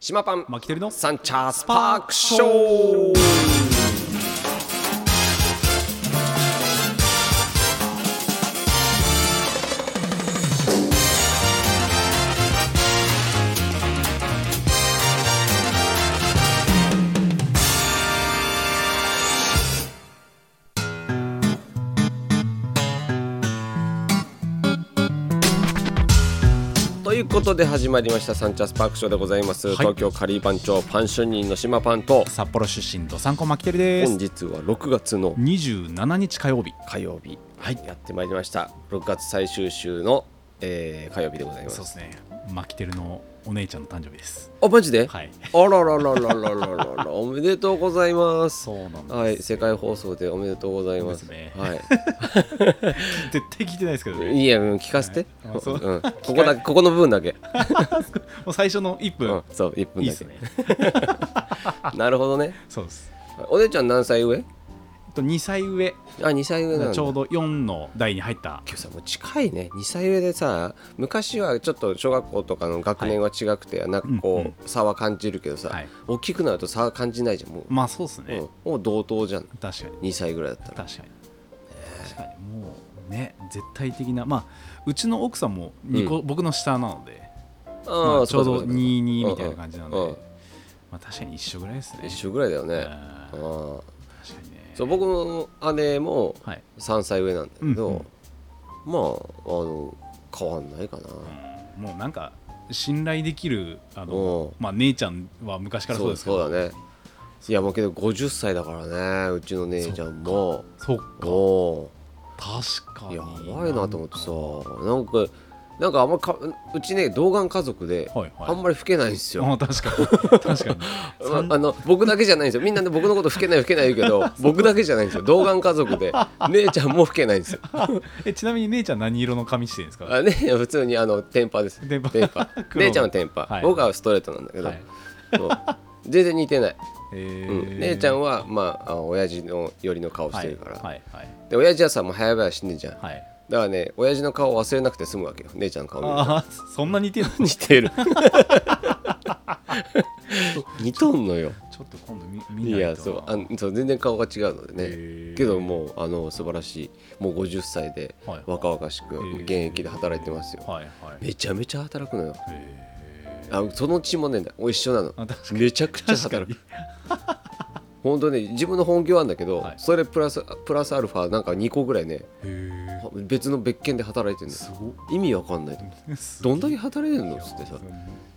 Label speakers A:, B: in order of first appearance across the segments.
A: 島パン
B: マキテルの
A: サンチャースパークショーということで始まりましたサンチャースパークショーでございます、
B: い
A: 東京カリー番長パン主任の島パンと
B: 札幌出身ドサンコマキテルで
A: 本
B: す
A: 日は6月の
B: 27日火曜日
A: 火曜日、やってまいりました6月最終週の、えー火曜日でございま
B: そう
A: す
B: ですねマキテルのお姉ちゃんの誕生日です
A: あマジで、
B: はい
A: あららららららら らおめでとうございます
B: そうなんです、
A: はい世界放送でおめでとうございます
B: そうですね
A: はい
B: 絶対聞いてない ですけどね
A: いや、うん聞かせて。
B: はいあそう
A: うん、ここだけ、ここの部分だけ。
B: もう最初の1
A: う
B: 分、
A: ん、そう、一分
B: いい
A: だ
B: です
A: け。
B: ね
A: なるほどね。
B: そうです
A: お姉ちゃん何歳上。
B: えっと2歳上
A: あ、二歳上なんだ。
B: ちょうど4の代に入った
A: 今日さもう近いね2歳上でさ昔はちょっと小学校とかの学年は違くて、なんかこう、
B: うん
A: 差は感じるけどさ、
B: はい
A: 大きくなると差は感じないじゃんも
B: まあそうです
A: う、
B: ね、
A: うんもう同等じゃん
B: 確かに
A: 2歳ぐらいだったら
B: 確かに確かにもうね絶対的なまあうちの奥さんも二個、僕の下なのでま
A: あ
B: あ、ちょうど
A: そかそか
B: 22みたいな感じなので、
A: うんうん
B: まあ、確かに一緒ぐらいですね。
A: 一緒ぐらいだよね、
B: うん
A: あ
B: 確か
A: ー
B: にね。
A: そう僕の姉も
B: はい、
A: 3歳上なんだけど、
B: うんうん
A: まああの変わんないかな、
B: うんもうなんか信頼できるあ
A: お
B: の
A: う、
B: まあ、姉ちゃんは昔からそうですけ
A: そ
B: ど
A: うだねいやもうけど50歳だからねうちの姉ちゃんも
B: そう
A: お
B: か確か
A: お
B: に
A: やばいなと思ってさなんかなんかあんまかうちね童顔家族で
B: はいはい
A: あんまり老けないんですよ、
B: あ確かに確 かに
A: まあ、あの僕だけじゃないんですよみんなね僕のこと老けない老けない言うけ ど僕だけじゃないんですよ童顔家族で姉ちゃんも老けないんですよ
B: えちなみに姉ちゃん何色の髪してるんですか
A: あ、ね、普通にあのテンパです
B: 電波
A: テンパ
B: 黒
A: 姉ちゃんはテンパ、
B: はい
A: 僕はストレートなんだけど、
B: はい
A: そう全然似てない、
B: え
A: うん
B: ー
A: 姉ちゃんはまああ親父の寄りの顔してるから、
B: はいはい
A: で親父はさもう早々死んでんじゃんだか
B: はい、はい、
A: らね親父の顔忘れなくて済むわけよ姉ちゃんの顔見ると
B: あーそんな似てるの
A: 似てる 似とん のよ
B: ちょっと今度見見
A: い
B: ないと
A: やそうあのそう全然顔が違うので
B: へ
A: ね
B: ー
A: けどもうあの素晴らしいもう50歳で
B: はい
A: 若々しく
B: へー
A: 現役で働いてますよ
B: はいはい
A: めちゃめちゃ働くのよ
B: え
A: あその血もねお一緒なの
B: あ確かに
A: めちゃくちゃ
B: ー、確
A: 働
B: かに
A: く本当ね自分の本業なんだけど、
B: はい
A: それプラスプラスアルファなんか2個ぐらいね
B: へえ
A: 別の別件で働いてるの
B: すごっ
A: 意味わかんないと思うどんだけ働いてるのっつってさ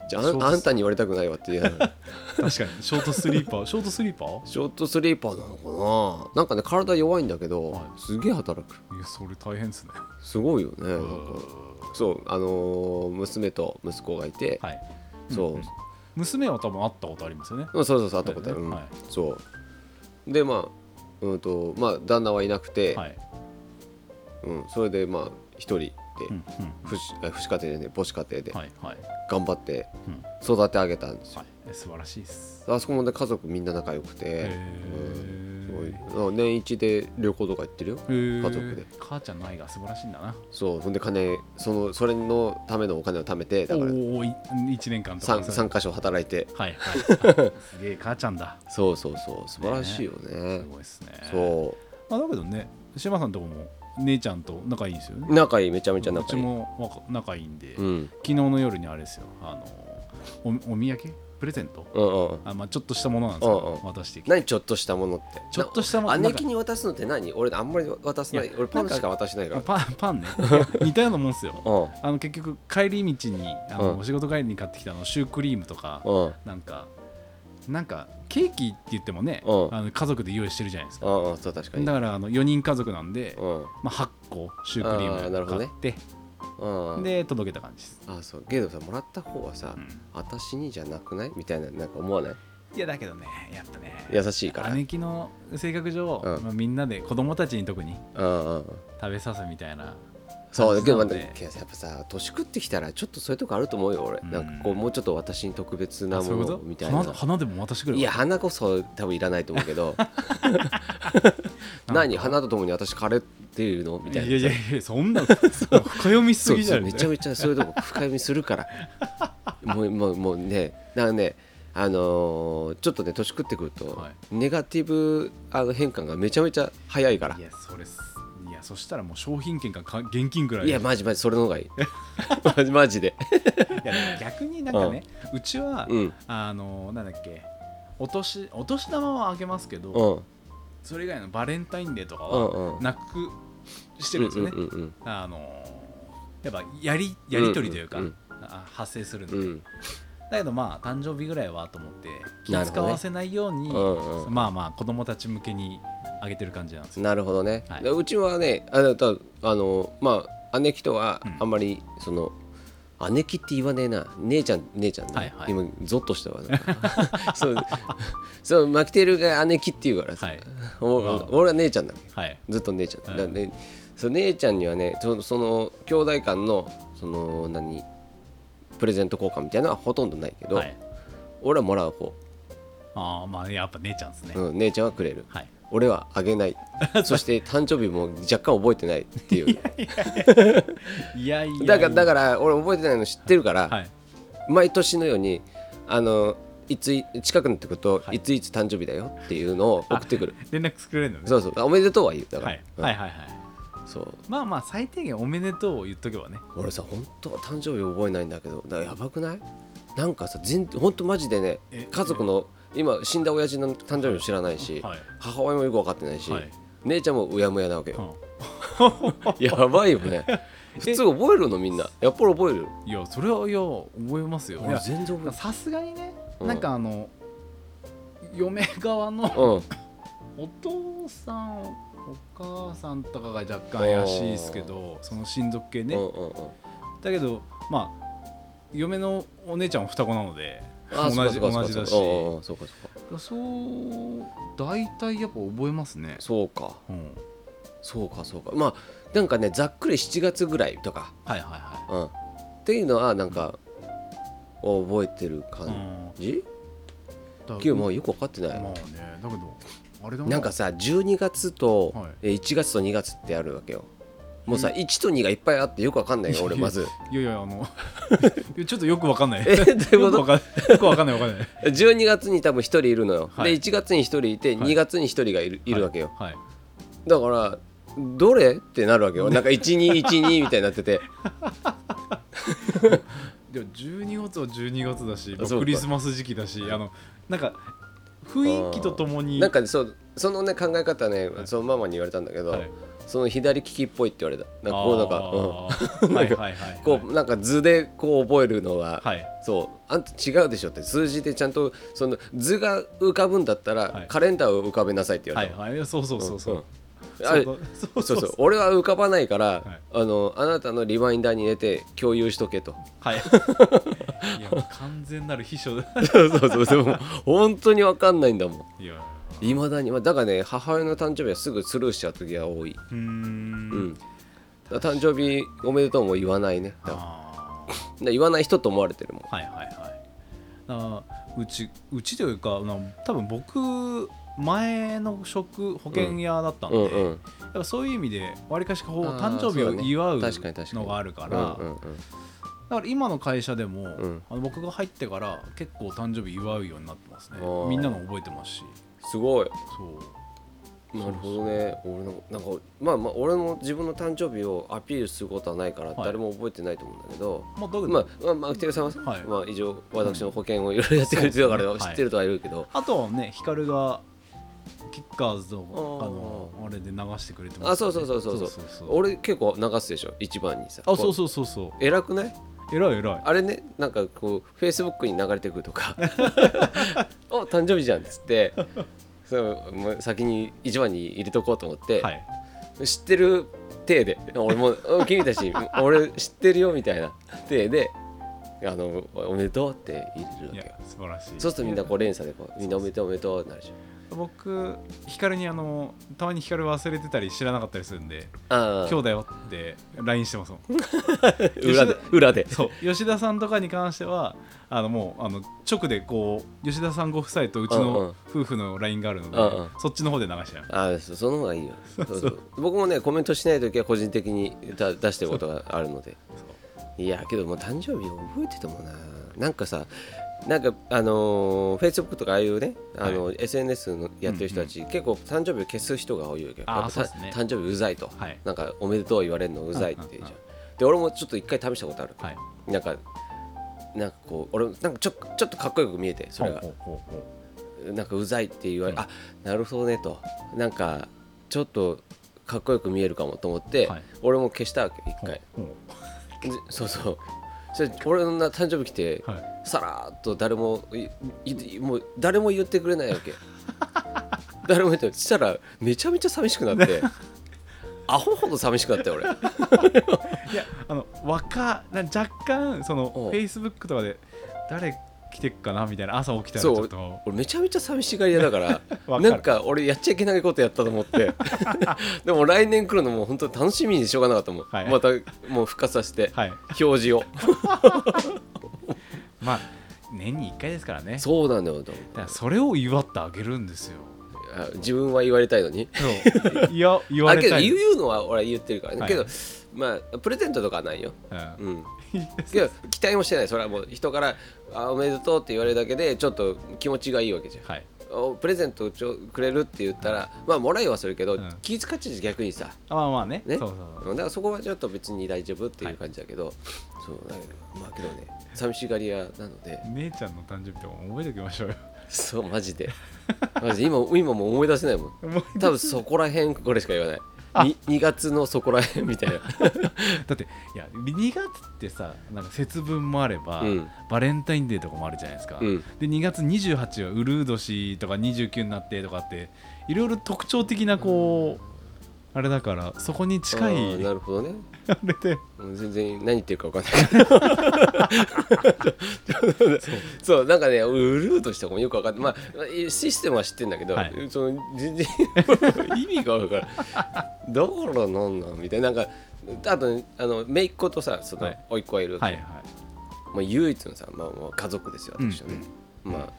A: じゃああんあんたに言われたくないわって言いながら
B: 確かにショートスリーパ ーショートスリーパー
A: ショートスリーパーなのかななんかね体弱いんだけど、
B: はい
A: すげえ働く
B: いやそれ大変ですね
A: すごいよねなん
B: う
A: か
B: ん
A: そうあのー娘と息子がいて、
B: はい
A: そう、
B: うん娘は多分会ったことありますよね
A: うんそうそうそう会ったことある、うん
B: はい
A: そうでまあうんとまあ旦那はいなくて、
B: はい
A: うん、それでまあ一人で、
B: うんうん
A: 不死あ不死家庭でね母子家庭で
B: はいはい
A: 頑張って
B: うん
A: 育て上げたんですよ、
B: はいえ素晴らしいです
A: あそこもね家族みんな仲良くて
B: へ、
A: うん、すごい
B: ー
A: あ年一で旅行とか行ってるよ
B: へー
A: 家族で
B: 母ちゃんの愛が素晴らしいんだな
A: そうほんで金そのそれのためのお金を貯めてだから
B: おお一年間とか
A: 3, 三箇所働いて
B: はい はいすげえ母ちゃんだ
A: そうそうそう素晴らしいよね
B: すごいですね
A: そ
B: まあだけどね島さんとこも姉ちゃんと仲いいんですよね
A: う仲いいめちゃめちゃ
B: う
A: 仲
B: ち
A: いい、
B: もわか仲いいんで
A: うん、うん
B: 昨日の夜にあれですよあのおお土産プレゼント
A: うんうん
B: あ、まあ、ちょっとしたものなんですけ
A: うんう
B: ど
A: ん
B: 渡してきて
A: 何ちょっとしたものって
B: ちょっとしたもの
A: な
B: なん
A: 姉
B: か
A: 貴に渡すのって何俺あんまり渡さない
B: いや
A: 俺パン
B: なんか
A: しか渡しないから
B: あパンパ ンねいや似たようなもんですよ
A: うん
B: あの結局帰り道にあ
A: う
B: の
A: ん
B: お仕事帰りに買ってきたあのシュークリームとか
A: うん
B: なんかなんかケーキって言ってもね
A: うん
B: あの家族で用意してるじゃないですか
A: うんうんそう確かに
B: だからあの4人家族なんで、
A: うん
B: まあ、8個シュークリ
A: あーな
B: ー
A: る
B: ム
A: ほど
B: 買
A: ね
B: って、
A: うん
B: で届けた感じです、
A: あそうけどさもらった方はさ、
B: うん
A: 私にじゃなくないみたいななんか思わない
B: いやだけどねやっぱね
A: 優しいから
B: 姉貴の性格上、
A: うん
B: まあ、みんなで子供たちに特に
A: うんうんうん
B: 食べさすみたいな
A: そうだけど
B: な
A: まあ
B: んで
A: でもけどさやっぱさ年食ってきたらちょっとそういうとこあると思うよ俺、
B: うん
A: なんかこうもうちょっと私に特別な
B: あそうい
A: も
B: うこ
A: の
B: と
A: みたいな
B: 花花でも渡してくれば
A: いや花こそ多分いらないと思うけ ど何花とともに私枯れていうのみ
B: い
A: た
B: や
A: いない
B: やいや そんな深読みしす
A: そう
B: ぎじ
A: そ
B: ゃ
A: う
B: ない
A: めちゃめちゃそういうとこ深読みするからもうもうもうねだからねあのーちょっとね年食ってくると、
B: はい
A: ネガティブあの変換がめちゃめちゃ早いから
B: いやそれすいやそしたらもう商品券かか現金ぐらい
A: いやマジマジそれの方 がいいマジマジで
B: いやでも逆になんかね、うちは、
A: うん
B: あのなんだっけお年お年玉はあげますけど、
A: うん
B: それ以外のバレンタインデーとか
A: うん
B: は
A: うん
B: なくしてるんですよね、
A: うんうんうん
B: あのやっぱやりやり取りというか、
A: うんうん
B: あ発生するんで、
A: うん
B: だけどまあ誕生日ぐらいはと思って気
A: なるほどね
B: 使わせないように、
A: うんうん
B: まあまあ子供たち向けにあげてる感じなんですよ
A: なるほどね、
B: はいう
A: ちはねあだだあのまあ姉貴とは
B: うん
A: あんまりその、姉貴って言わねえな姉ちゃん姉ちゃんね、
B: はいはい
A: 今ゾッとしたわなんか そうそうマキテルが姉貴って言うからさ、
B: はい
A: お
B: まあ
A: 俺は姉ちゃんだ
B: はい
A: ずっと姉ちゃんだ、
B: うん
A: だねそう姉ちゃんにはねそその兄弟間のその何プレゼント交換みたいなのはほとんどないけど、
B: はい
A: 俺はもらう方、
B: ああまあやっぱ姉ちゃんですね、
A: うん、姉ちゃんはくれる
B: はい
A: 俺はあげない そして誕生日も若干覚えてないっていう
B: いやいや
A: だからだか
B: か
A: ら俺覚えてないの知ってるから、
B: はい
A: 毎年のようにあのいつい近くなってくると、
B: はい
A: い、ついつ誕生日だよっていうのを送ってくる
B: 連絡作れるのね
A: そうそうおめでとうは言うだから、
B: はい、
A: うん
B: はいはいはい
A: そう
B: まあまあ最低限おめでとうを言っとけばね
A: 俺さ本当は誕生日覚えないんだけどだからやばくないなんかさ全本当マジでね
B: え
A: 家族の今死んだ親父の誕生日も知らないし、
B: はい
A: 母親もよく分かってないし、
B: はい
A: 姉ちゃんもうやむやなわけ
B: う
A: よ、
B: ん
A: やばいよ ね普通覚えるのみんなやっぱり覚える
B: いやそれはいや覚えますよい
A: 俺
B: や
A: 全然覚
B: さすがにね、
A: うん
B: なんかあの嫁側
A: える
B: の
A: うん
B: お父さんお母さんとかが若干怪しいですけどその親族系ね、
A: うんうんうん
B: だけどまあ嫁のお姉ちゃんは双子なので
A: あー
B: 同じ
A: そうか
B: 同
A: そうか
B: じだし
A: そうかうんうんうんそうかそうか
B: そう大体やっぱ覚えますね、
A: そうか
B: うん、
A: そうかそうかまあなんかねざっくり7月ぐらいとか、
B: はいはいは
A: うん、っていうのはなんか覚えてる
B: い、う
A: 感
B: ん
A: じ、
B: だ
A: けどもうよく分かってない、
B: まあねだけどあれだ
A: なんかさ12月と
B: はい
A: えー1月と2月ってあるわけよもうさ1と2がいっぱいあってよく分かんないよ俺まず
B: いやいやあの いやちょっとよくわかんない
A: えどういうこと
B: よくわかんないよくわかんないわかんない
A: 12月に多分1人いるのよ、
B: はい
A: で1月に1人いて
B: はい
A: 2月に1人がいる,、い、るわけよ
B: はい、はい
A: だからどれってなるわけよなんか1212みたいになって て
B: でも12月は12月だし、まあ
A: そうか
B: クリスマス時期だしあのなんか雰囲気とともに
A: なんかねそうそのね考え方ね
B: はい
A: そのママに言われたんだけど、
B: はい、
A: その左利きっぽいって言われたなんかこうなんか、うん
B: か、うん、 はいはいはい
A: こうなんか図でこう覚えるのは、
B: はい
A: そうあんた違うでしょって数字でちゃんとその図が浮かぶんだったら、
B: はい
A: カレンダーを浮かべなさいって言わ
B: は
A: れ
B: い
A: たの、
B: はいそうそうそうそう、
A: んあ
B: そう
A: そ
B: そうそうう
A: そ
B: そう
A: う俺は浮かばないから、
B: い
A: あのあなたのリマインダーに入れて共有しとけと
B: はいいやもう完全なる秘書だ
A: そうそうそうでも本当に分かんないんだもん
B: いや
A: いまだにまあだからね母親の誕生日はすぐスルーしちゃう時が多い、
B: うーん
A: うん、だから誕生日おめでとうも言わないねだから
B: あー
A: だから言わない人と思われてるもん
B: はいはいはいあうちうちというかな多分僕前の職保険屋だったんで、
A: うんうん
B: やっぱそういう意味でわりかしこう
A: あー
B: 誕生日
A: そ
B: を
A: うだね
B: 祝う
A: 確かに確かに
B: のがあるからだ
A: うん
B: か
A: うんうん
B: ら今の会社でも、
A: ん
B: あの僕が入ってから結構誕生日祝うようになってますね
A: あー
B: みんなの覚えてますし
A: すごい
B: そう
A: なるほどね俺のなんかまあまあ俺も自分の誕生日をアピールすることはないから
B: はい
A: 誰も覚えてないと思うんだけど、
B: まあだけど、
A: まあまあマキテルさんは、
B: はい
A: まあ以上私の保険をいろいろやってくれてるか
B: そう
A: ら
B: ですね
A: 知ってるとはいるけど、
B: あとはね光がキッカーズと
A: ー
B: あのあれで流してくれてます、ね、
A: あそうそうそうそうそう
B: 俺
A: 俺結構流すでしょ一番にさ
B: あそう
A: う
B: そうそうそ
A: 偉くないう
B: 偉い偉い
A: あれねなんかこうフェイスブックに流れてくるとか 「お誕生日じゃん」っつってそうもう先に一番に入れとこうと思って、
B: はい
A: 知ってる体で俺もうん君たち俺知ってるよみたいな体であのおめでとうって入れるわ
B: い
A: け
B: や
A: よ
B: 素晴らしい
A: そうするとみんなこう連鎖でこうみんなおめでとうおめでとうってなるじ
B: 僕光にあのたまに光忘れてたり知らなかったりするんで
A: ゃんあ
B: 今日だよって LINE してますもん
A: あ裏で裏で
B: そう 吉田さんとかに関してはあのもうあの直でこう吉田さんご夫妻とうち
A: うんうん
B: の夫婦の LINE があるので、
A: うんうん
B: そっちの方で流しちゃう
A: ああそその方がいいよそうそう僕もねコメントしない時は個人的にだ出してることがあるので
B: そう
A: いやけどもう誕生日覚えててもななんかさなんかあのー、Facebook とかああいうね、あの SNS のやってる人たち、結構誕生日を消す人が多いわけよ
B: あー
A: やっぱ
B: そうですね
A: 誕生日うざいと、
B: はい
A: なんかおめでとう言われるのうざいって言うじゃん
B: うん
A: で俺もちょっと一回試したことある
B: はい
A: なんかなんかこう俺もなんかちょちょっとかっこよく見えてそれが
B: ほうほうほう
A: なんかうざいって言われ、
B: うん
A: あなるほどねとなんかちょっとかっこよく見えるかもと思って、
B: はい
A: 俺も消したわけ一
B: ほう
A: 回、
B: ほう
A: でそうそうそれ俺のな誕生日来て、
B: はい
A: さらっと誰もいいもう誰も言ってくれないわ け誰も言ってそしたらめちゃめちゃ寂しくなって アホほど寂しくなったよ俺
B: いやあの若な若干その
A: お
B: フェイスブックとかで誰来てっかなみたいな朝起きたらち
A: そう
B: ょっと
A: 俺めちゃめちゃ寂しがり屋だから
B: わかる
A: なんか俺やっちゃいけないことやったと思って でも来年来るのも本当楽しみにしょうがなかったもん、
B: はい
A: またもう復活させて、
B: はい
A: 表示を
B: まあ年に1回ですからね
A: そうなんだよと
B: だからそれを祝ってあげるんですよ
A: あ自分は言われたいのに
B: そういや言われた
A: あ
B: い
A: けど言うのは俺は言ってるからね、
B: はい
A: けどまあプレゼントとかはないよ
B: うん
A: うんけど期待もしてないそれはもう人から「あおめでとう」って言われるだけでちょっと気持ちがいいわけじゃん
B: はい
A: おプレゼントちょくれるって言ったらまあもらいはするけど、
B: うん
A: 気遣っちゃうし逆にさ
B: あまあまあね
A: ね
B: そうそうそう
A: だからそこはちょっと別に大丈夫っていう感じだけど、そうだけどまあけどね寂しがり屋なの で
B: 姉ちゃんの誕生日とかも覚えておきましょうよ
A: そうマジでマジで今今もう思い出せないもん
B: もう
A: 多分そこら辺これしか言わないに 2, 月のそこら辺みたいな
B: だっていや2月ってさなんか節分もあれば、
A: うん
B: バレンタインデーとかもあるじゃないですか、
A: うん
B: で2月28はウルー年とか29になってとかっていろいろ特徴的なこう、あれだからそこに近い
A: あーなるほどね
B: あれで
A: もう全然何言ってるか分かんないそうなんかねうるうとしたかもよく分かんない、まあ、システムは知ってんだけど、
B: はい
A: その全然意味が分からんだからなんなんみたいななんかあとあの姪っ子とさそ
B: は
A: の
B: い
A: 甥っ子がいる、
B: はいはい
A: まあ、唯一のさ、まあ、もう家族ですよ私はね、ま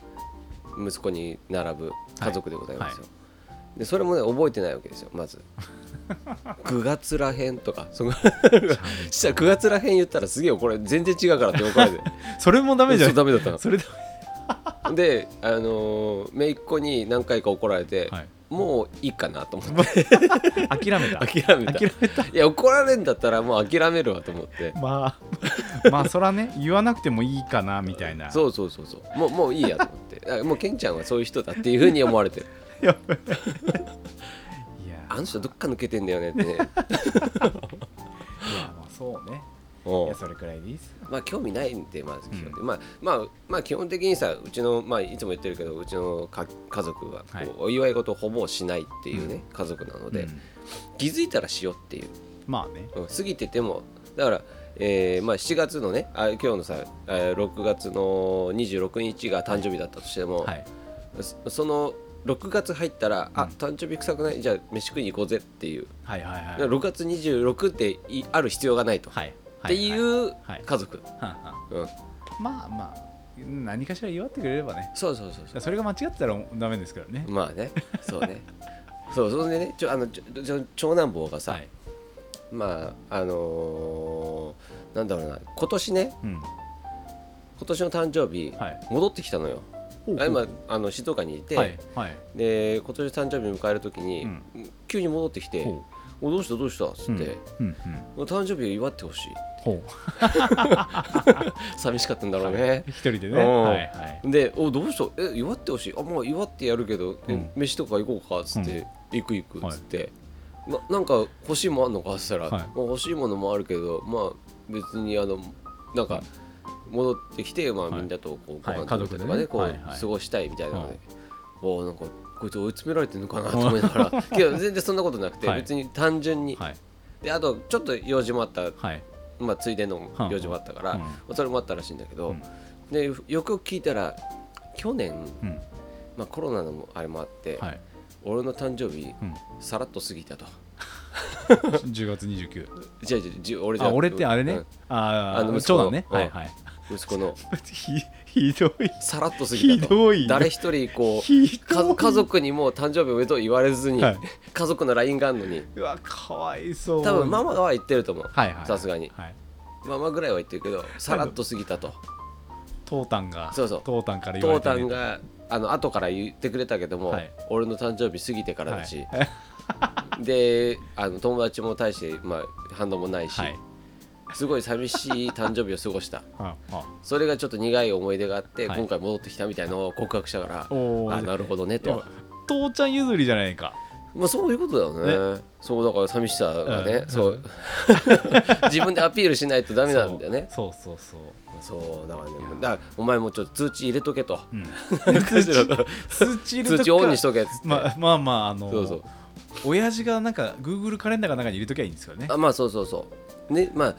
A: あ、息子に並ぶ家族でございますよ、でそれもね覚えてないわけですよまず 9月らへんとかそのしたら9月らへん言ったらすげえこれ全然違うからって怒られて
B: それも ダメじゃ
A: そうんダメだった
B: それだ
A: のであのー、姪っ子に何回か怒られて、
B: はい
A: もういいかなと思って
B: 諦めた
A: 諦めた
B: 諦めた
A: いや怒られるんだったらもう諦めるわと思って
B: まあまあそらね言わなくてもいいかなみたいな
A: そうそうそうそうもうもういいやと思ってあもうケンちゃんはそういう人だっていうふうに思われてる
B: やばいいや
A: あの人どっか抜けてんだよね ってね
B: いやまあそうね
A: おう
B: いやそれくらいでいいっすよ
A: まあ興味ないんで、まあ基本的
B: う
A: まあまあまあ、基本的にさうちの、まあ、いつも言ってるけどうちのか家族はこう
B: はい
A: お祝い事をほぼしないっていうね、家族なので、
B: うん
A: 気づいたらしようっていう、
B: まあね
A: うん過ぎててもだから、えーまあ、7月のねあ今日のさあ6月の26日が誕生日だったとしても、
B: はい
A: そその6月入ったら、
B: う
A: あ
B: ん
A: 誕生日臭くないじゃあ飯食いに行こうぜっていう、
B: はいはいはい
A: 6月26っていある必要がないと、
B: はい
A: っていう
B: はい
A: 家族、
B: はんはん
A: うん、
B: まあまあ何かしら祝ってくれればね
A: そうそうそうそう
B: それが間違ってたらダメですからね
A: まあね、そう ね。そう、それでね、ちょ、あの、ちょ、ちょ長男坊がさ、
B: はい
A: まあ、あのーなんだろうな、今年ね、
B: うん
A: 今年の誕生日、
B: はい
A: 戻ってきたのよ。
B: ほう
A: あ
B: ほ
A: 今
B: う、
A: あの、静岡にいて、
B: はいはい
A: で、今年誕生日迎えるときに、
B: うん
A: 急に戻ってきて、
B: ほ
A: お、どうした、どうしたっつ
B: う
A: っ
B: ん
A: て。
B: うんうん
A: お誕生日を祝ってほしい
B: ほ
A: 寂しかったんだ
B: う
A: ろう
B: はい
A: ね、
B: 一人でね
A: うん
B: はいはい
A: でおどうしたえ祝ってほしいあまあ祝ってやるけど、え
B: うん
A: 飯とか行こうかっつって、
B: う
A: 行く行くっつって、ななんか欲しいもんあんのかっつったら、
B: はい
A: まあ欲しいものもあるけどまあ別にあのなんか戻ってきて、まあ、
B: はい
A: みんなとこうご
B: はい
A: 飯食べたりとかね、
B: 家族でね
A: こう、
B: はいはい
A: 過ごしたいみたいなの
B: は
A: で、
B: い
A: おなんかこいつ追い詰められてるのかなと思いながら いや全然そんなことなくて、
B: はい
A: 別に単純に、
B: はい
A: であとちょっと用事もあった、
B: はい
A: まあ、ついでの用事もあったから、
B: うん
A: それもあったらしいんだけど、
B: うん
A: でよくよく聞いたら去年、
B: うん
A: まあ、コロナのもあれもあって、
B: はい
A: 俺の誕生日
B: うん
A: さらっと過ぎたと。
B: 10月29
A: じゃあじゃあじゃあ俺じゃ
B: あ
A: なくて
B: 俺ってあれねあ
A: あの
B: あ
A: 息子
B: 長
A: の
B: 男ね
A: うん
B: はいはい
A: うん息子の
B: ひひどい
A: さらっと過ぎ
B: ひ
A: たと。
B: どいね
A: 誰一人こう
B: ひど
A: か
B: い
A: 家族にも誕生日おめでとう言われずに、
B: はい
A: 家族の LINE があるのに
B: うわかわいそう
A: 多分ママは言ってると思う
B: はいはい
A: さすがに
B: はい
A: ママぐらいは言ってるけどさらっと過ぎたと
B: トータンが
A: そうそう
B: トータンから言わ
A: トー
B: れて
A: タ
B: ね、
A: ンがあの後から言ってくれたけども、
B: はい
A: 俺の誕生日過ぎてからだし、
B: はい
A: であの友達も大して、まあ、反応もないし、
B: はい
A: すごい寂しい誕生日を過ごした
B: ああ
A: それがちょっと苦い思い出があって、
B: はい
A: 今回戻ってきたみたいのを告白したから
B: おー
A: あなるほどね
B: でも
A: と、
B: 父ちゃん譲りじゃないか
A: まあ、そういうことだよねそうだから寂しさがね、
B: うん
A: そう 自分でアピールしないとダメなんだよね
B: そうそうそうそう
A: そうだからねだからお前もちょっと通知入れとけと、
B: うん
A: 通知
B: 通知入れとくか
A: 通知オンにしとけっつって、
B: まあまあまああの
A: そうそう
B: 親父がなんか Google カレンダーかなんかに入れときゃいいんですよね
A: あまあそうそうそうねまあ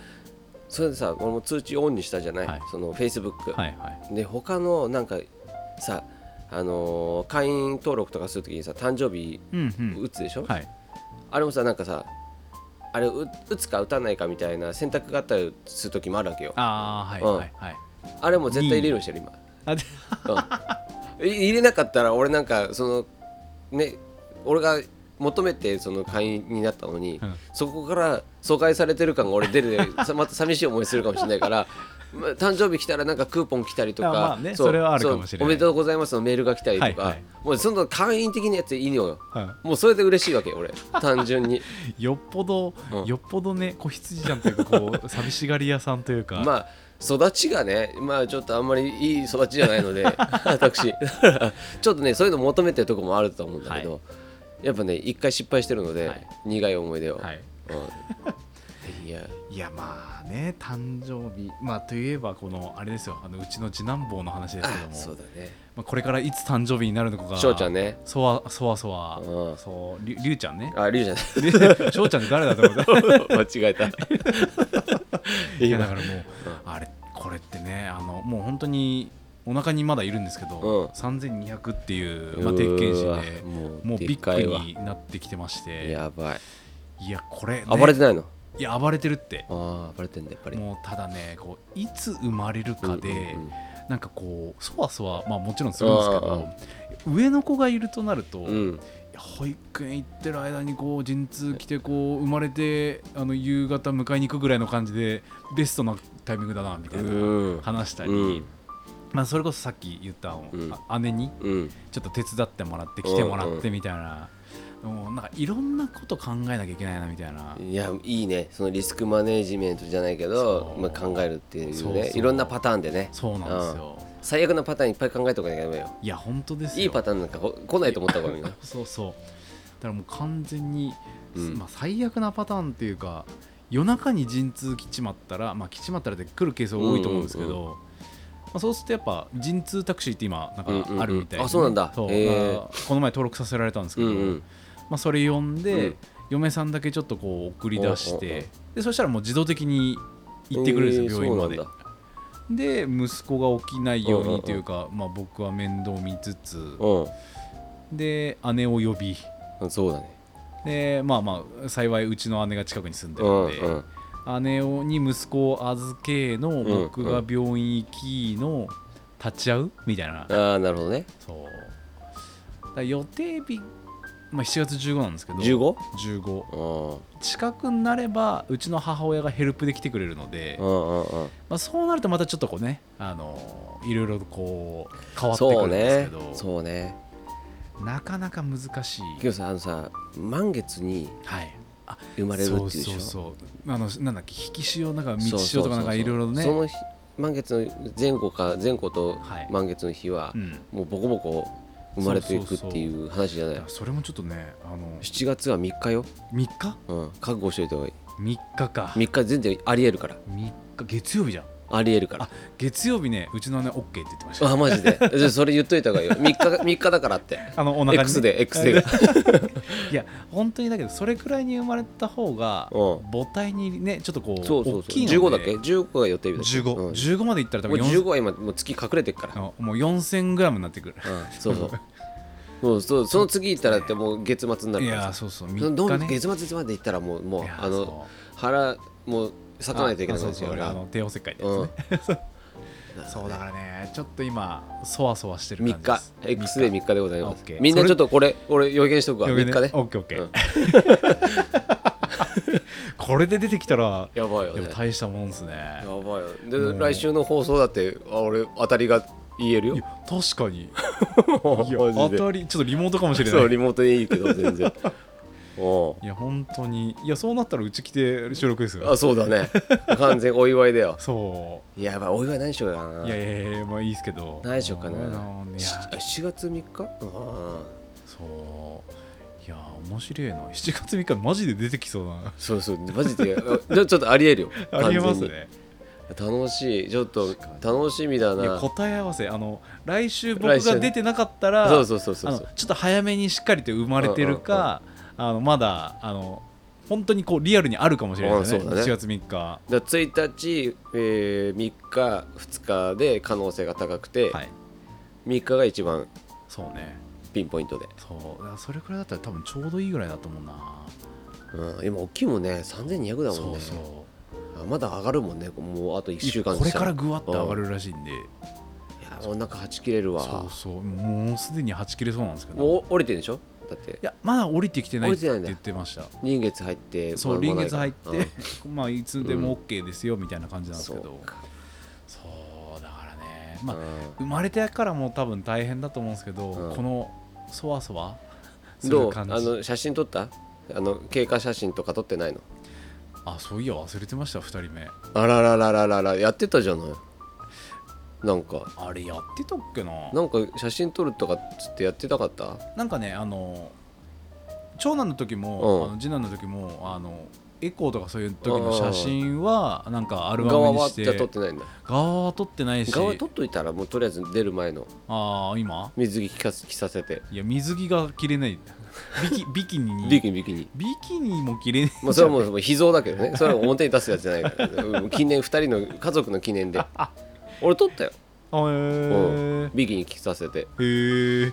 A: それでさ俺も通知オンにしたじゃない、
B: はい
A: そのフェイスブック、
B: はいはい
A: で他のなんかさあのー会員登録とかするときにさ誕生日
B: うんうん
A: 打つでしょ、
B: はい
A: あれもさなんかさあれう打つか打たないかみたいな選択があったりするときもあるわけよあ
B: ああはい
A: うん
B: はいはい
A: れも絶対入れるようにしてる今、
B: あで
A: うんい 入れなかったら俺なんかそのね俺が求めてその会員になったのに、
B: うん
A: そこから疎開されてる感が俺出るで さまた寂しい思いするかもしれないから。まあ誕生日来たらなんかクーポン来たりとか、
B: あまあねそれはあるかも
A: そ
B: しれない
A: うおめでとうございますのメールが来たりとか、
B: はいはい
A: もうその会員的なやついいのよ
B: うん
A: もうそれで嬉しいわけ俺単純 に
B: よっぽど、
A: うん
B: よっぽどね子羊じゃんというかこう寂しがり屋さんというか、
A: まあ育ちがねまあちょっとあんまりいい育ちじゃない ので私 だからちょっとねそういうの求めてるとこもあると思うんだけど、
B: は
A: やっぱね一回失敗してるので、
B: はい
A: 苦い思い出を、
B: はい、
A: うんいや
B: いやまあね誕生日まあといえばこのあれですよあのうちの次男坊の話ですけど
A: あ
B: も、
A: そうだね
B: まあ、これからいつ誕生日になるのかが
A: 翔ちゃんね
B: そわそわそわ、
A: うん
B: そうりゅりゅうちゃんね
A: あリュウ じゃない
B: で翔ちゃんって誰だ と思った
A: 間違えた
B: い
A: 今
B: やだからもう、あれこれってねあのもう本当にお腹にまだいるんですけど、
A: うん
B: 3200っていう、まあ、鉄拳士
A: うー
B: で
A: わもう
B: もう
A: で
B: ビ
A: かいわ
B: ッグになってきてまして
A: やばい
B: いやこれ、ね、
A: 暴れてないの
B: いや暴れてるって
A: ああ暴れてんだやっぱり
B: もうただねこういつ生まれるかで、
A: うんうん
B: なんかこうそわそわまあもちろんするんですけど上の子がいるとなると、
A: う
B: い
A: んうん
B: や保育園行ってる間にこう陣痛来てこう生まれてあの夕方迎えに行くぐらいの感じでベストなタイミングだなみたいな
A: うん
B: 話したり、
A: うん
B: まあ、それこそさっき言ったあの
A: うん
B: あ姉に
A: うん
B: ちょっと手伝ってもらって来てもら
A: う
B: っ
A: んう
B: てみたいな。もうなんかいろんなこと考えなきゃいけないなみたいない
A: やいいねそのリスクマネジメントじゃないけど、
B: そう
A: まあ、考えるっていうね
B: そうそう
A: いろんなパターンでね
B: そうなんですよ、
A: 最悪なパターンいっぱい考えておかなきゃダメよ
B: いや本当ですよ
A: いいパターンなんかほ来ないと思った方がいいな
B: そうそうだからもう完全に、
A: うん
B: まあ、最悪なパターンっていうか夜中に陣痛来ちまったらまあ来ちまったらで来るケース多いと思うんですけど、
A: うんうん
B: まあ、そうするとやっぱ陣痛タクシーって今な
A: うん
B: ん
A: うんうん
B: かあるみたいでね、
A: あそうなんだ
B: そう
A: へえ
B: まあこの前登録させられたんですけ
A: うん
B: ど、
A: うん
B: まあ、それ呼ん
A: う
B: で、
A: ん
B: 嫁さんだけちょっとこう送り出して
A: おうおう
B: でそしたらもう自動的に行ってくれるんですよ、
A: えー
B: 病院まで
A: そうなんだ
B: で息子が起きないようにというか、まあ、僕は面倒見つつ、で姉を呼び
A: うんそうだね
B: でまあまあ幸いうちの姉が近くに住んで
A: う
B: る
A: ん
B: ん
A: う
B: で、
A: ん
B: 姉をに息子を預けの僕が病院行きの立ち会うみたいな、
A: ああなるほどね
B: そうだから予定日、まあ、7月15なんですけど
A: 15?
B: 15
A: うん
B: 近くになればうちの母親がヘルプで来てくれるので、
A: うんうんうん
B: まあ、そうなるとまたちょっとこうねあのいろいろこう変わって
A: そ
B: くる
A: うん
B: で
A: ね
B: すけど
A: そうね
B: なかなか難しい
A: 今日さあのさ満月に
B: はい
A: 生まれるって
B: そ
A: いううでし
B: そう
A: ょ
B: そうあのなんだっけ引き潮なんか満ち潮とかなんかいろいろね
A: そうそうそうその日満月の前後か前後と
B: はい
A: 満月の日は、
B: うん、だ
A: もうボコボコ生まれていくっていう話じゃない
B: からそれもちょっとねあの
A: 7月は3日よ、
B: 3日
A: うん、覚悟しといた方がいい
B: ?3 日か3
A: 3日全然ありえるから
B: 日月曜日じゃん
A: ありえるから
B: 月曜日ねうちの姉 OK って言ってました
A: あマジでじゃあそれ言っといた方がいいよ3日が3日だからって
B: あのお腹にね
A: X で X で
B: いや本当にだけどそれくらいに生まれた方が
A: う
B: 母体にねちょっとこう
A: そうそう
B: 大
A: そう
B: きいので
A: 15だっけ15が予定日だっけ
B: 15、
A: うん
B: 15までいったら多
A: もう
B: 分4
A: 15は今もう月隠れてるから、
B: あもう 4000g になってくる
A: うん、そうそうそうそうその次行ったらってもう月末にないるから
B: や
A: さ
B: そうそう
A: そのどう
B: 3日ね
A: 月末月まで行ったらもうもう
B: いや
A: あの
B: そう
A: 腹もう裂かないといけないですよ
B: あそうそうあの帝王切開ってやつね、そうだからねちょっと今そわそわしてる
A: 3
B: 感じで
A: 日
B: す
A: X で3日でございます
B: オッケー
A: みんなちょっとこれ俺予言しとくわ
B: よく
A: 3日ね
B: オッケーオッケー、
A: うん
B: こ これで出てきたら
A: やばいよね
B: でも
A: やば
B: 大したもんですね
A: いよ
B: う
A: で
B: ん
A: 来週の放送だってあ俺当たりが言えるよ
B: いや確かにい や
A: マジで
B: 当たりちょっとリモートかもしれな
A: そう
B: い
A: リモートでいいけど全 然お
B: いや本当にいやそうなったらうち来て収録です
A: うあ
B: よ
A: そうだね完全お祝いだよ
B: そ
A: やばいお祝い何しようか
B: う
A: ない
B: やいやいやまあいいですけど
A: 何しようかな
B: うんいや
A: し7月3日ああ
B: そういや面白いな7月3日マジで出てきそうだな
A: そうそうマジで あじゃあちょっとありえるよ
B: ありえます
A: 完
B: ね
A: 全に楽しいちょっと
B: 確かに
A: 楽しみだ
B: いや
A: な
B: 答え合わせあの来週僕
A: 来週
B: が
A: ね
B: 出てなかったら
A: そうそうそうそう
B: あのちょっと早めにしっかりと生まれてるか、あのまだあの本当にこうリアルにあるかもしれないですよね,、
A: うんそうだね
B: 7月
A: だ
B: 3日
A: から1日、えー、3日2日で可能性が高くて、
B: はい
A: 3日が一番
B: そうね
A: ピンポイントで、
B: そうだからそれくらいだったら多分ちょうどいいぐらいだと思うな
A: うん、今大きいもんね3200だもん
B: そう
A: ね
B: そう
A: あまだ上がるもんねもうあと1週間
B: これから
A: ぐ
B: ぐわっと上がるらしいんで
A: お腹はち切れるわ
B: そうそうもうすでにはち切れそうなんですけどい
A: もう降りてるでしょだって
B: やまだ降りてきてないって
A: 降りてないんだ
B: 言ってました
A: 臨月入って
B: そう
A: まあ
B: 臨
A: まだ
B: 月入っ
A: うん
B: て まあいつでも OK ですよみたいな感じなんです
A: そ
B: け
A: う
B: ど
A: か
B: そうだからねまあ
A: うん
B: 生まれてからも多分大変だと思うんですけど、
A: うん
B: このそわそわす
A: ど
B: る
A: うあ
B: 感じあ
A: の写真撮ったあの経過写真とか撮ってないの
B: そういや忘れてました2人目
A: あららららららやってたじゃないなんか
B: あれやってたっけなな
A: なんか写真撮るとかっつってやってなかった
B: んかねあの長男の時も、
A: うん
B: あの次男の時もあのエコーとかそういう時の写真はなんかアルバ
A: 側
B: ムに
A: は
B: し
A: じゃあ撮っててないんだ
B: 側は撮ってないし
A: 側撮っといたらもうとりあえず出る前の
B: ああ今
A: 水着着かす着させて
B: いや水着が着れないビキビキニ に
A: ビキニビキニ
B: ビキニも着れない
A: まあそれはもうもう秘蔵だけどねそれは表に出すやつじゃないからうん記念2人の家族の記念で俺撮ったよ
B: あへー
A: ビキニ着させて
B: へえ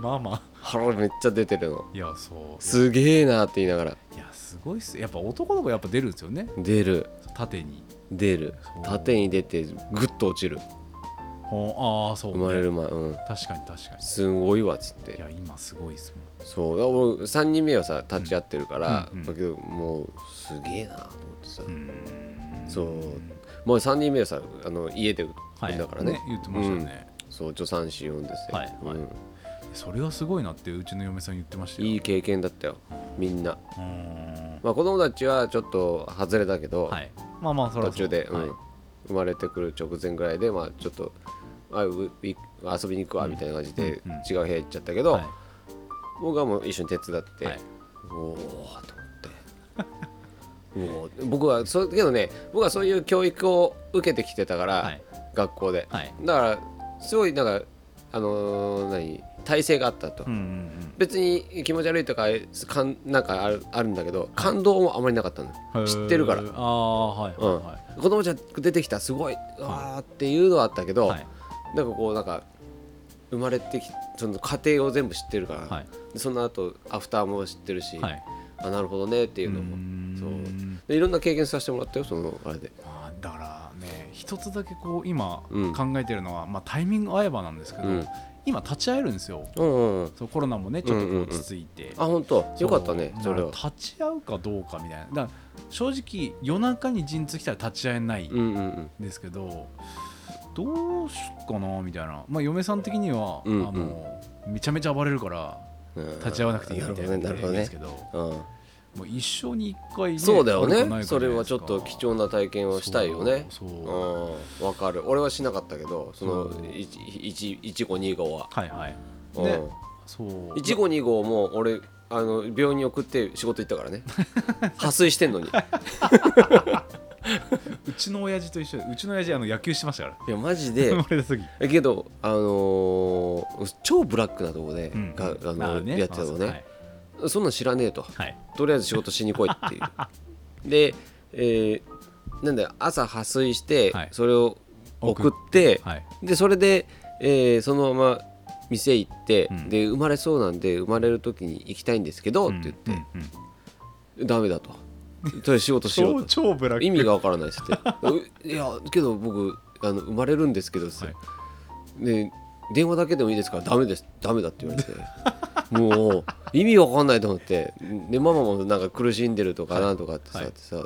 B: ママ
A: 腹めっちゃ出てるの
B: いやそう
A: すげえなって言いながら
B: いやすごいっすやっぱ男の子やっぱ出るんですよね
A: 出る
B: 縦に
A: 出る
B: そう
A: 縦に出てグッと落ちる
B: ほああそう、
A: 生まれる前うん
B: 確かに確かに
A: すごいわっつっ
B: い
A: て
B: や今すごいっすもん
A: そうだから俺3人目はさ立ち会ってるから、
B: うんうん
A: だけどもうすげえなと思ってさ、
B: うん
A: そうもう3人目はさあの家で産
B: はい
A: んだからね,、
B: 言ってましたよね、
A: そう助産師産んでさ、
B: はいはい
A: うん
B: それはすごいなってうちの嫁さん言ってましたよ
A: いい経験だったよみんな、
B: うーん
A: まあ、子供たちはちょっと外れだけど、
B: はいまあまあそれ
A: 途
B: はそ
A: 中
B: う
A: で、うん
B: はい
A: 生まれてくる直前ぐらいで、まあ、ちょっとあうい遊びに行くわみたいな感じで、
B: うんうん
A: 違う部屋行っちゃったけど、
B: はい
A: 僕はもう一緒に手伝って、
B: はい
A: おおーと思って もう僕はそうけどね僕はそういう教育を受けてきてたから、
B: はい
A: 学校で、
B: はい
A: だからすごいなんかあのー何体制があったと、
B: うんうん
A: 別に気持ち悪いとかかんなんかあるあるんだけど感動もあまりなかったの、
B: うん
A: 知ってるから
B: へーああはいはいは
A: うん、子供たちゃ出てきたすごいわーっていうのはあったけど、
B: いはい
A: なんかこうなんか生まれてきその過程を全部知ってるから、
B: はい
A: でその後アフターも知ってるし、
B: はい
A: あなるほどねっていうの
B: うーん
A: もそうでいろんな経験させてもらったよそのあれで
B: まあ、だからね一つだけこう今
A: うん
B: 考えてるのは、まあ、タイミング合えばなんですけど、
A: うん
B: 今立ち会えるんですよ
A: うんうんうん
B: そうコロナもねちょっとこ
A: うんう
B: う
A: んうん
B: 落ち着いて、
A: あ本当
B: そう
A: よかったねそれは
B: だから立ち会うかどうかみたいなだから正直夜中に陣痛来たら立ち会えない
A: うんんうんうん
B: ですけど、どうしよっかなみたいな、まあ、嫁さん的には、
A: うんうん
B: あのめちゃめちゃ暴れるから
A: うん
B: 立ち会わなくていいみたいな
A: なるほどねな
B: で
A: る
B: すけど
A: ほどね
B: もう一生に一回、
A: う
B: ね、
A: んそうだよ
B: あるかないか
A: ね
B: じ
A: そ
B: ゃない
A: れ
B: で
A: は
B: す
A: ちょっ
B: か
A: と貴重な体験をしたいよね
B: そう
A: う
B: そうん
A: わかる俺はしなかったけどその
B: そう
A: 1号2号は
B: はいはいで
A: 1
B: そう
A: 号2号も俺あの病院に送って仕事行ったから ね破水してんのに
B: うちの親父と一緒でうちの親父あの野球してましたから
A: いやマジ
B: 生
A: で
B: まれた時に
A: えけどあのー超ブラックなとこで、
B: うん
A: があ
B: ま
A: のやってたのね、
B: はい
A: そんなん知らねえと
B: はい
A: とりあえず仕事しに来いっていう で、えーなんだよ朝破水して、
B: はい
A: それを送
B: 送っ
A: って
B: はい
A: でそれで、えーそのまま店行って、
B: うん
A: で生まれそうなんで生まれる時に行きたいんですけど、って言って、
B: うんうん
A: ダメだととりあえず仕事しよ
B: 超
A: うと
B: 超ブラック
A: 意味がわからないですって ういやけど僕あの生まれるんですけど、
B: はい
A: で電話だけでもいいですからダメですダメだって言われてもう意味わかんないと思ってでママもなんか苦しんでるとかなんとかってさ,、
B: はい
A: ってさ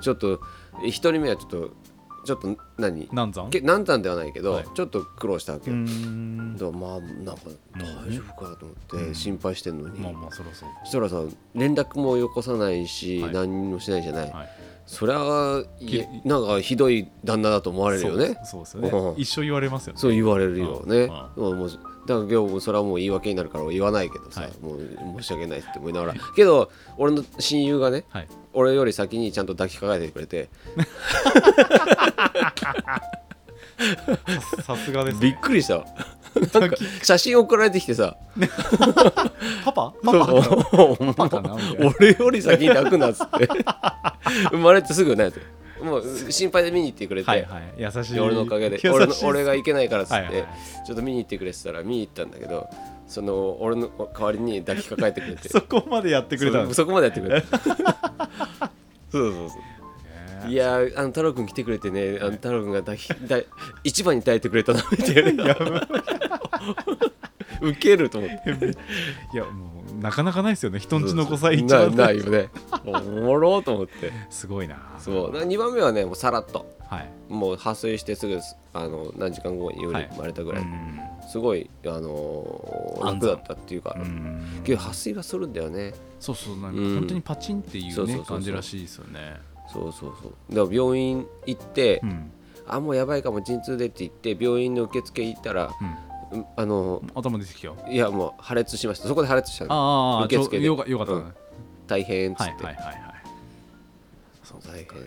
A: ちょっと一人目はちょっとちょっと何
B: 難産
A: け難産ではないけど、
B: はい
A: ちょっと苦労したわけ
B: うー
A: よ、
B: ん
A: だからまあなんか大丈夫かなと思って心配してんのに、
B: まあまあそろそろ
A: そしたらさ連絡もよこさないし、
B: はい
A: 何もしないじゃない、
B: はい
A: そりゃい
B: き
A: なんかひどい旦那だと思われるよね
B: そうそうですよね
A: うん
B: 一生言われますよね
A: そう言われるよね。
B: あ
A: もうもうだから今日もそれはもう言い訳になるから言わないけどさ、
B: はい
A: もう申し訳ないって思いながらけど俺の親友がね
B: はい
A: 俺より先にちゃんと抱きかかえてくれて
B: ささすがです
A: びっ
B: ね
A: くりしたわ なんか写真送られてきてさ
B: パパパ
A: そう
B: パ
A: そう
B: パかなみたいな
A: 俺より先に抱くなっつって 生まれてすぐねもう心配で見に行ってくれて、
B: はいはい優しい
A: で俺のおかげで
B: 優しい
A: 俺の俺が行けないからっつって、
B: はいはいはい
A: ちょっと見に行ってくれって言ったら見に行ったんだけどその俺の代わりに抱きかかえてくれて
B: そこまでやってくれたん
A: そ
B: です
A: そこまでやって くれたそうそうそう
B: ね
A: いやーあの太郎くん来てくれてねあの太郎くんが抱き抱い一番に抱いてくれたなみ たいなウケると思って
B: いやもうなかなかないですよね人んちの子さえ一
A: な
B: 番
A: ないよねおもろーと思って
B: すごいな
A: そうな2番目はねもうさらっと
B: はい
A: もう破水してすぐあの何時間後に夜
B: はい
A: 生まれたぐら
B: う
A: い、
B: ん
A: すごい、あのー
B: 安
A: 楽
B: 産
A: だったっていうか、
B: うん
A: けど破水がするんだよね
B: そうそうなん
A: う
B: か
A: ん
B: 本当にパチンってい
A: そううそうそう
B: ね
A: そう
B: 感じらしいですよね
A: そうそうそうだから病院行って、
B: うん
A: あもうやばいかも陣痛でって言って病院の受付行ったら、
B: うん
A: うんあの
B: 頭出てきたよ
A: いやもう破裂しましたそこで破裂したの
B: ああ
A: 受付で
B: よかよかったね
A: うん大変っつ
B: はい
A: っ
B: はい
A: て、
B: はいはい
A: そう大変
B: いやで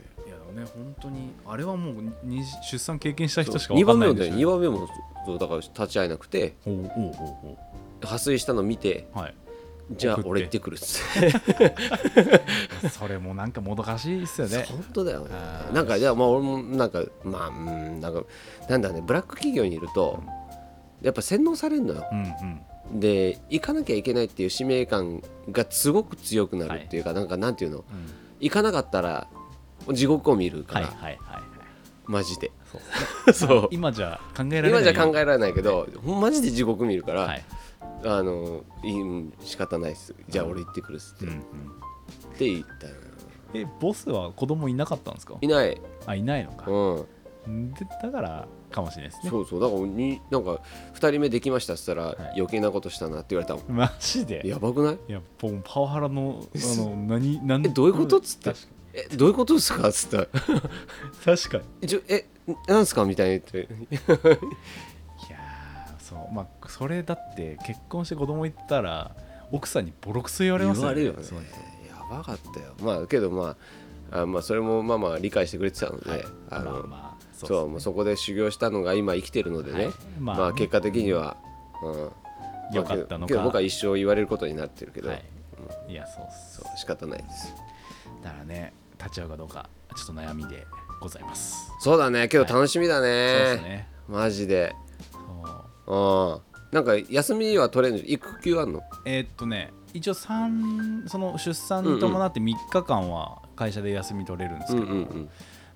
B: もね本当にあれはもうに出産経験した人しか
A: 2
B: わ
A: 番
B: かんな
A: 目
B: い
A: も
B: ん
A: ね
B: でしょ
A: 2番目もそうだから立ち会えなくて
B: おうおうおう
A: 破水したの見て
B: おうはい
A: じゃあ
B: 送って
A: 俺行ってくるっつって
B: それもなんかもどかしいっすよね
A: 本当だよね
B: あー
A: なんかじゃあまあ俺もなんかまあうんなんかなんだろうねブラック企業にいるとやっぱ洗脳されるのよ
B: うんうん
A: で行かなきゃいけないっていう使命感がすごく強くなるっていうか、なんかなんていうの
B: うん
A: 行かなかったら地獄を見るか
B: はい
A: ら、
B: はいはいはい
A: マジで
B: そ う
A: そう
B: 今じゃ考えられな
A: 今
B: い
A: じゃ考えられないけど、ほんマジで地獄見るから、
B: はい
A: あのいいうん仕方ないっすじゃあ俺行ってくるっすって,、
B: うんうん
A: って言ったよ
B: えボスは子供いなかったんですか
A: いない、
B: あいないのか
A: うん、
B: でだからかもしれないですね
A: そうそうだからになんか2人目できましたっつったら、
B: い
A: 余計なことしたなって言われたもん
B: マジで
A: やばくない
B: いやもうパワハラのあの何何
A: えどういうことっつって
B: 確か
A: えどういうことですかっつったら
B: に確かに
A: ちょえなんすかみたいに言って
B: いやーそうまあそれだって結婚して子供いったら奥さんにボロクソ言われます
A: 言われるよね
B: そう
A: やばかったよまあけどまああまあそれもまあまあ理解してくれてたので、
B: はい
A: あの、
B: まあまあ
A: そう
B: っすね
A: もうそこで修行したのが今生きてるのでね、
B: はいま
A: ま
B: あ
A: あ、結果的には、うんまあ
B: 良かった
A: け
B: のか
A: どけど僕は一生言われることになってるけど、
B: はいいやそうっす
A: そう仕方ないです
B: だからね立ち会うかどうかちょっと悩みでございます、
A: そうだねけど楽しみだね,、
B: そうですね
A: マジで
B: そう
A: うんなんか休みは取れる育休あんの
B: えーっとね一応三その出産に伴って3日間は会社で休み取れるんです
A: うん
B: け
A: う
B: ど、
A: ん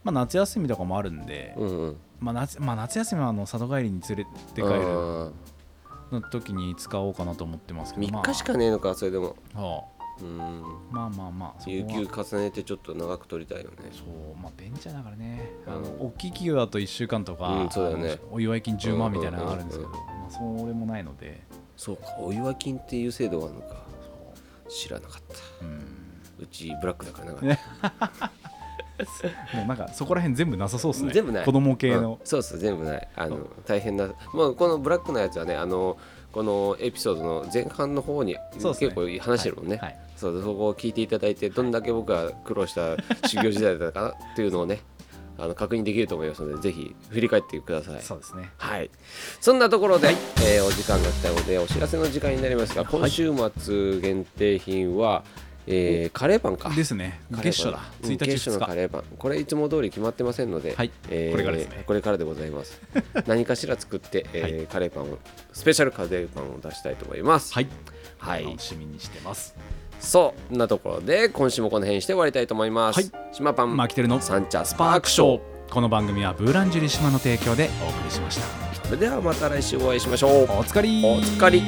B: まあ、夏休みとかもあるんで、
A: うんうんうん
B: まあ夏まあ、夏休みはあの里帰りに連れて帰る
A: あ
B: の時に使おうかなと思ってますけ
A: ー
B: ど
A: 3日しかねえのかそれでも
B: まあは
A: うん
B: あまあまあまあそこは
A: 有給重ねてちょっと長く取りたいよね
B: そうまあベンチャーだからね、
A: うん
B: あの大きい企業だと1週間とか、
A: うんそうだよね
B: あのお祝い金10万みたいなのがあるんですけど、
A: うんう
B: まあ、それもないので
A: そうかお祝い金っていう制度があるのか
B: そ
A: 知らなかった
B: う、うん、
A: うちブラックだからなかった
B: もうなんかそこら辺全部なさそうですね
A: 全部ない
B: 子供系の
A: う、んそうそう全部ないあの大変な、まあ、このブラックのやつはねあのこのエピソードの前半の方に
B: そうですね
A: 結構話してるもんね
B: はいはい
A: そうそこを聞いていただいてどんだけ僕が苦労した修行時代だったかなっていうのをねあの確認できると思いますのでぜひ振り返ってください。
B: そうですね
A: はい、そんなところで、えーお時間が来たのでお知らせの時間になりますが今週末限定品は、えーカレーパンか。
B: ですね。
A: カレー
B: 月初だ
A: パ。ンうん
B: 1日
A: 月初のカ
B: 2日。
A: レーパンこれいつも通り決まってませんので、
B: はいこれからですね
A: これからでございます 何かしら作って、えーカレーパンをスペシャルカレーパンを出したいと思います
B: はい。
A: はい
B: 楽しみにしてます。
A: そんなところで今週もこの辺にして終わりたいと思います、
B: はい
A: 島パン
B: マキテルの
A: サンチャス
B: ス
A: パー
B: パー
A: ク
B: ク
A: シ
B: シ
A: ョ
B: ョ
A: ー
B: ー。この番組はブーランジュリ島の提供でお送りしました。
A: それではまた来週お会いしましょう
B: おつかり
A: おつかり